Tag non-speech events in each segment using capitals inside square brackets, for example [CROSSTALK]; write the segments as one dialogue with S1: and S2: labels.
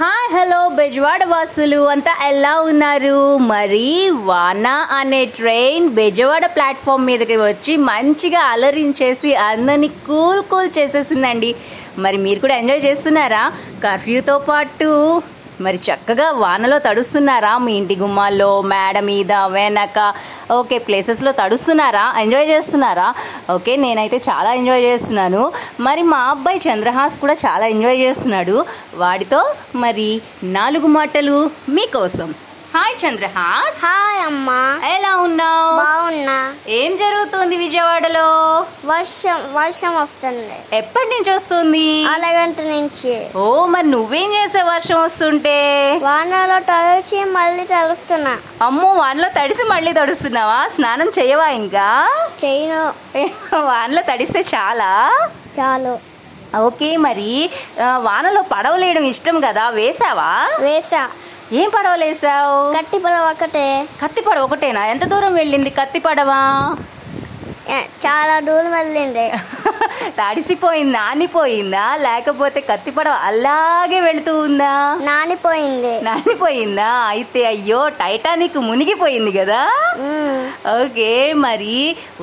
S1: Hi hello Bezawada వాసులు అంతా ఎలా ఉన్నారు మరి వాన అనే ట్రైన్ బెజవాడ ప్లాట్ఫామ్ మీదకి వచ్చి మంచిగా అలరించేసి అందరినీ కూల్ కూల్ చేసేసిందండి మరి మీరు కూడా ఎంజాయ్ చేస్తున్నారా కర్ఫ్యూతో పాటు మరి చక్కగా వానలో తడుస్తున్నారా మీ ఇంటి గుమ్మాల్లో మేడ మీద వెనక ఓకే ప్లేసెస్లో తడుస్తున్నారా ఎంజాయ్ చేస్తున్నారా ఓకే నేనైతే చాలా ఎంజాయ్ చేస్తున్నాను మరి మా అబ్బాయి చంద్రహాస్ కూడా చాలా ఎంజాయ్ చేస్తున్నాడు వాడితో మరి నాలుగు మాటలు మీకోసం హాయ్ చంద్రహాస్
S2: హాయ్ అమ్మా
S1: ఎలా ఉన్నావు
S2: బాగున్నా
S1: ఏం జరుగుతుంది విజయవాడలో
S2: వర్షం వర్షం వస్తుంది
S1: ఎప్పటి నుంచి వస్తుంది
S2: అరగంట నుంచి
S1: ఓ మరి నువ్వేం చేసే వర్షం వస్తుంటే
S2: వానలో తలచి మళ్ళీ తలుస్తున్నా
S1: అమ్మో వానలో తడిసి మళ్ళీ తడుస్తున్నావా స్నానం చేయవా ఇంకా [LAUGHS]
S2: చేయను
S1: వానలో తడిస్తే చాలా
S2: చాలు
S1: ఓకే మరి ఆ, వానలో పడవలేయడం ఇష్టం కదా వేసావా
S2: వేసా
S1: ఏం పడవలేసావు
S2: గట్టి పొలం ఒకటే
S1: కత్తి పడవ ఒకటేనా ఎంత దూరం వెళ్ళింది కత్తి పడవ [LAUGHS]
S2: ఏ, చాలా దూరం వెళ్ళింది
S1: తడిసిపోయింది నానిపోయిందా లేకపోతే కత్తి పడవ అలాగే వెళుతూ ఉందా
S2: నానిపోయింది
S1: నానిపోయిందా అయితే అయ్యో టైటానిక్ మునిగిపోయింది కదా
S2: ఉమ్.
S1: ఓకే మరి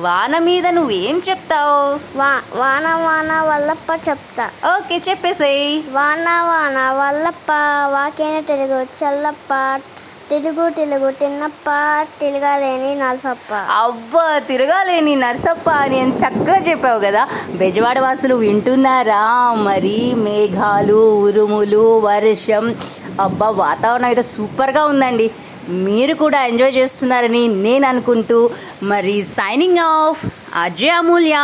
S1: వాన మీద నువ్వేం చెప్తావు
S2: వా- వాన వాన వల్లప్ప చెప్తా
S1: ఓకే చెప్పేసేయ్
S2: వాన వాన వల్లప్ప వాకేన తెలుగు చల్లప్ప తిరుగు తెలుగు తిన్నప్ప తిరగలేని నలసప్ప
S1: అవ్వా తిరగాలేని నర్సప్ప అని అని చక్కగా చెప్పావు కదా బెజవాడ వాసులు వింటున్నారా మరి మేఘాలు ఉరుములు వర్షం అబ్బా వాతావరణం అయితే సూపర్గా ఉందండి మీరు కూడా ఎంజాయ్ చేస్తున్నారని నేను అనుకుంటూ మరి సైనింగ్ ఆఫ్ అజయ్ అమూల్య